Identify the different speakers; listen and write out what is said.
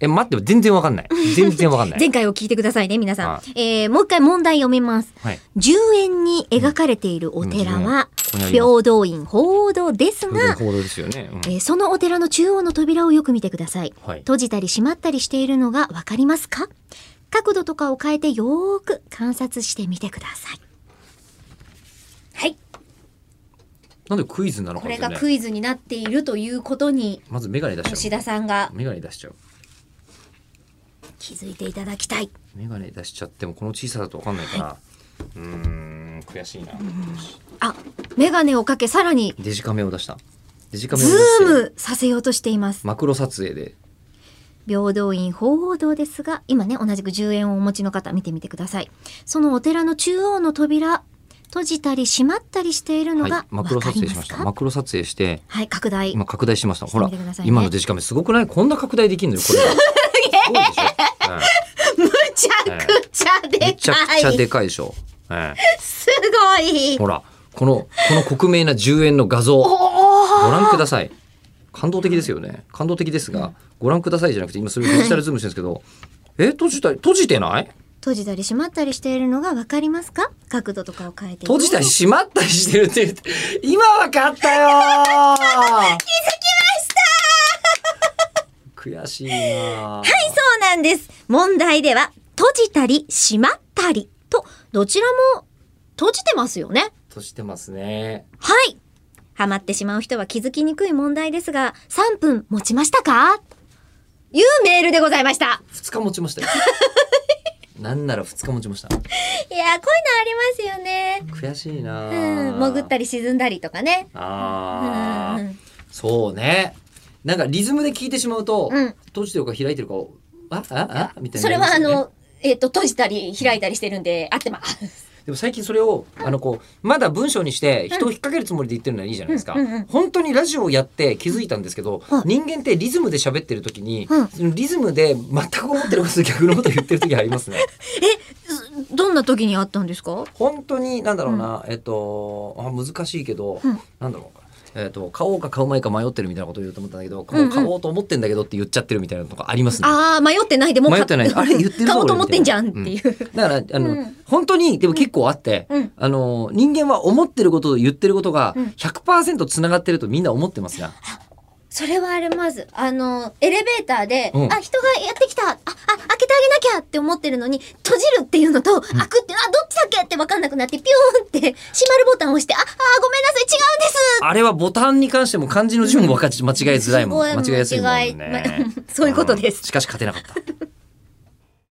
Speaker 1: え、待って、全然わか んない。全然わかんない。
Speaker 2: 前回を聞いてくださいね、皆さ
Speaker 1: は
Speaker 2: ん。えーもう一回問題読みます。
Speaker 1: はい。
Speaker 2: 10円に描かれているお寺は
Speaker 1: うんうん、
Speaker 2: 平等院鳳凰堂です
Speaker 1: これで
Speaker 2: が、
Speaker 1: 報道ですよね。うん
Speaker 2: えーそのお寺の中央の扉をよく見てください。
Speaker 1: はい
Speaker 2: 閉じたり閉まったりしているのがわかりますか角度とかを変えてよーく観察してみてください。はい。
Speaker 1: なんでクイズなの
Speaker 2: こ
Speaker 1: かで
Speaker 2: れ
Speaker 1: すよ
Speaker 2: が
Speaker 1: ね。
Speaker 2: クイズになっているということに、
Speaker 1: まずメガネ出し
Speaker 2: 吉
Speaker 1: ちゃ
Speaker 2: 田さんが
Speaker 1: う。メガネ出しちゃう。
Speaker 2: 気づいていただきたい。
Speaker 1: メガネ出しちゃってもこの小さだとわかんないから、うーん悔しいな
Speaker 2: あ、メガネをかけさらに
Speaker 1: デジカメを出したデジカメを出
Speaker 2: ズ
Speaker 1: して
Speaker 2: ームさせようとしています。
Speaker 1: マクロ撮影で
Speaker 2: 平等院鳳凰堂ですが、今ね、同じく10円をお持ちの方見てみてください。そのお寺の中央の扉、閉じたり閉まったりしているの
Speaker 1: は
Speaker 2: が
Speaker 1: い、
Speaker 2: わ
Speaker 1: マ
Speaker 2: か
Speaker 1: クロ撮
Speaker 2: り
Speaker 1: 影
Speaker 2: ま
Speaker 1: しますした
Speaker 2: か、
Speaker 1: マクロ撮影して
Speaker 2: はい、拡大。
Speaker 1: 今拡大しましたほら
Speaker 2: してみてくださいね
Speaker 1: 今のデジカメすごくないこんな拡大できるのよこれがすごいでしょ、
Speaker 2: むちゃくちゃで
Speaker 1: うんめちゃ
Speaker 2: か
Speaker 1: くちゃ
Speaker 2: い。
Speaker 1: でかいでしょ、え
Speaker 2: すご
Speaker 1: え
Speaker 2: い。
Speaker 1: ほらこのこの克明な10円の画像ご
Speaker 2: お
Speaker 1: 覧ください感動的ですよね感動的ですがご覧くださいじゃなくて今それデジタルズームしてるんですけどえ閉じた閉じてない
Speaker 2: 閉じたり閉まったりしているのがわかりますか角度とかを変えて。
Speaker 1: 閉じたり閉まったりしてるって言って、今わかったよー気づきました悔しいなはい、
Speaker 2: そうなんです。問題では、閉じたり閉まったりと、どちらも閉じてますよね。
Speaker 1: 閉じてますね。
Speaker 2: はい。ハマってしまう人は気づきにくい問題ですが、3分持ちましたかいうメールでございました。
Speaker 1: 二日持ちま したよ。なんなら二日持ちました。
Speaker 2: いやー、こういうのありますよね。
Speaker 1: 悔しいな
Speaker 2: うん、潜った
Speaker 1: り。
Speaker 2: り沈んだりとかね。
Speaker 1: あ
Speaker 2: うんうんう
Speaker 1: ー
Speaker 2: ん、
Speaker 1: そうね。なんかリズムで聞いてしまうと、
Speaker 2: うん
Speaker 1: 閉じてるか開いてるかを、あ、あ、あ、みたい
Speaker 2: そ
Speaker 1: な、
Speaker 2: れはあ、の、えっ、と、閉じたり開いたりしてるんで、合ってます。
Speaker 1: でも最近それを、あのこうまだ文章にして人を引っ掛けるつもりで言ってるのはいいじゃないですか、
Speaker 2: うんうんうん
Speaker 1: 本当にラジオをやって気づいたんですけど、
Speaker 2: はい
Speaker 1: 人間ってリズムで喋ってる時に、
Speaker 2: うん
Speaker 1: そのリズムで全く思ってることと逆のこと言ってる時あります ね
Speaker 2: どんな時にあったんですか
Speaker 1: 本当になんだろうな、えっとあ難しいけど、
Speaker 2: うん
Speaker 1: なんだろうえっと買おうか買うまいか迷ってるみたいなこと言うと思ったんだけど、
Speaker 2: うんうん
Speaker 1: もう買おうと思ってんだけどって言っちゃってるみたいなとかありますね
Speaker 2: あー、迷ってないでもう買
Speaker 1: 迷ってないあれ言ってるぞ
Speaker 2: 買おうと思っ
Speaker 1: 俺
Speaker 2: てん
Speaker 1: み
Speaker 2: じ
Speaker 1: た
Speaker 2: ゃ
Speaker 1: い
Speaker 2: ん
Speaker 1: な
Speaker 2: っていう。
Speaker 1: だからあの、
Speaker 2: うん
Speaker 1: 本当にでも結構あって、
Speaker 2: うん
Speaker 1: あの人間は思ってることと言ってることが
Speaker 2: うん
Speaker 1: 100%つながってるとみんな思ってますが、
Speaker 2: それはあれまず、あの、エレベーターで、
Speaker 1: うん
Speaker 2: あ、人がやってきた、あ、あ、開けてあげなきゃって思ってるのに、閉じるっていうのと、開くって、あ、どっちだっけって分かんなくなって、ピューンって、閉まるボタンを押して、あ、あ、ごめんなさい、違うんです
Speaker 1: あれはボタンに関しても漢字の順も分かち間違えづらいもん
Speaker 2: す
Speaker 1: 間違
Speaker 2: ごい
Speaker 1: えやすいもん
Speaker 2: 間違
Speaker 1: ね
Speaker 2: いま そういうことです
Speaker 1: んしかし勝てなかった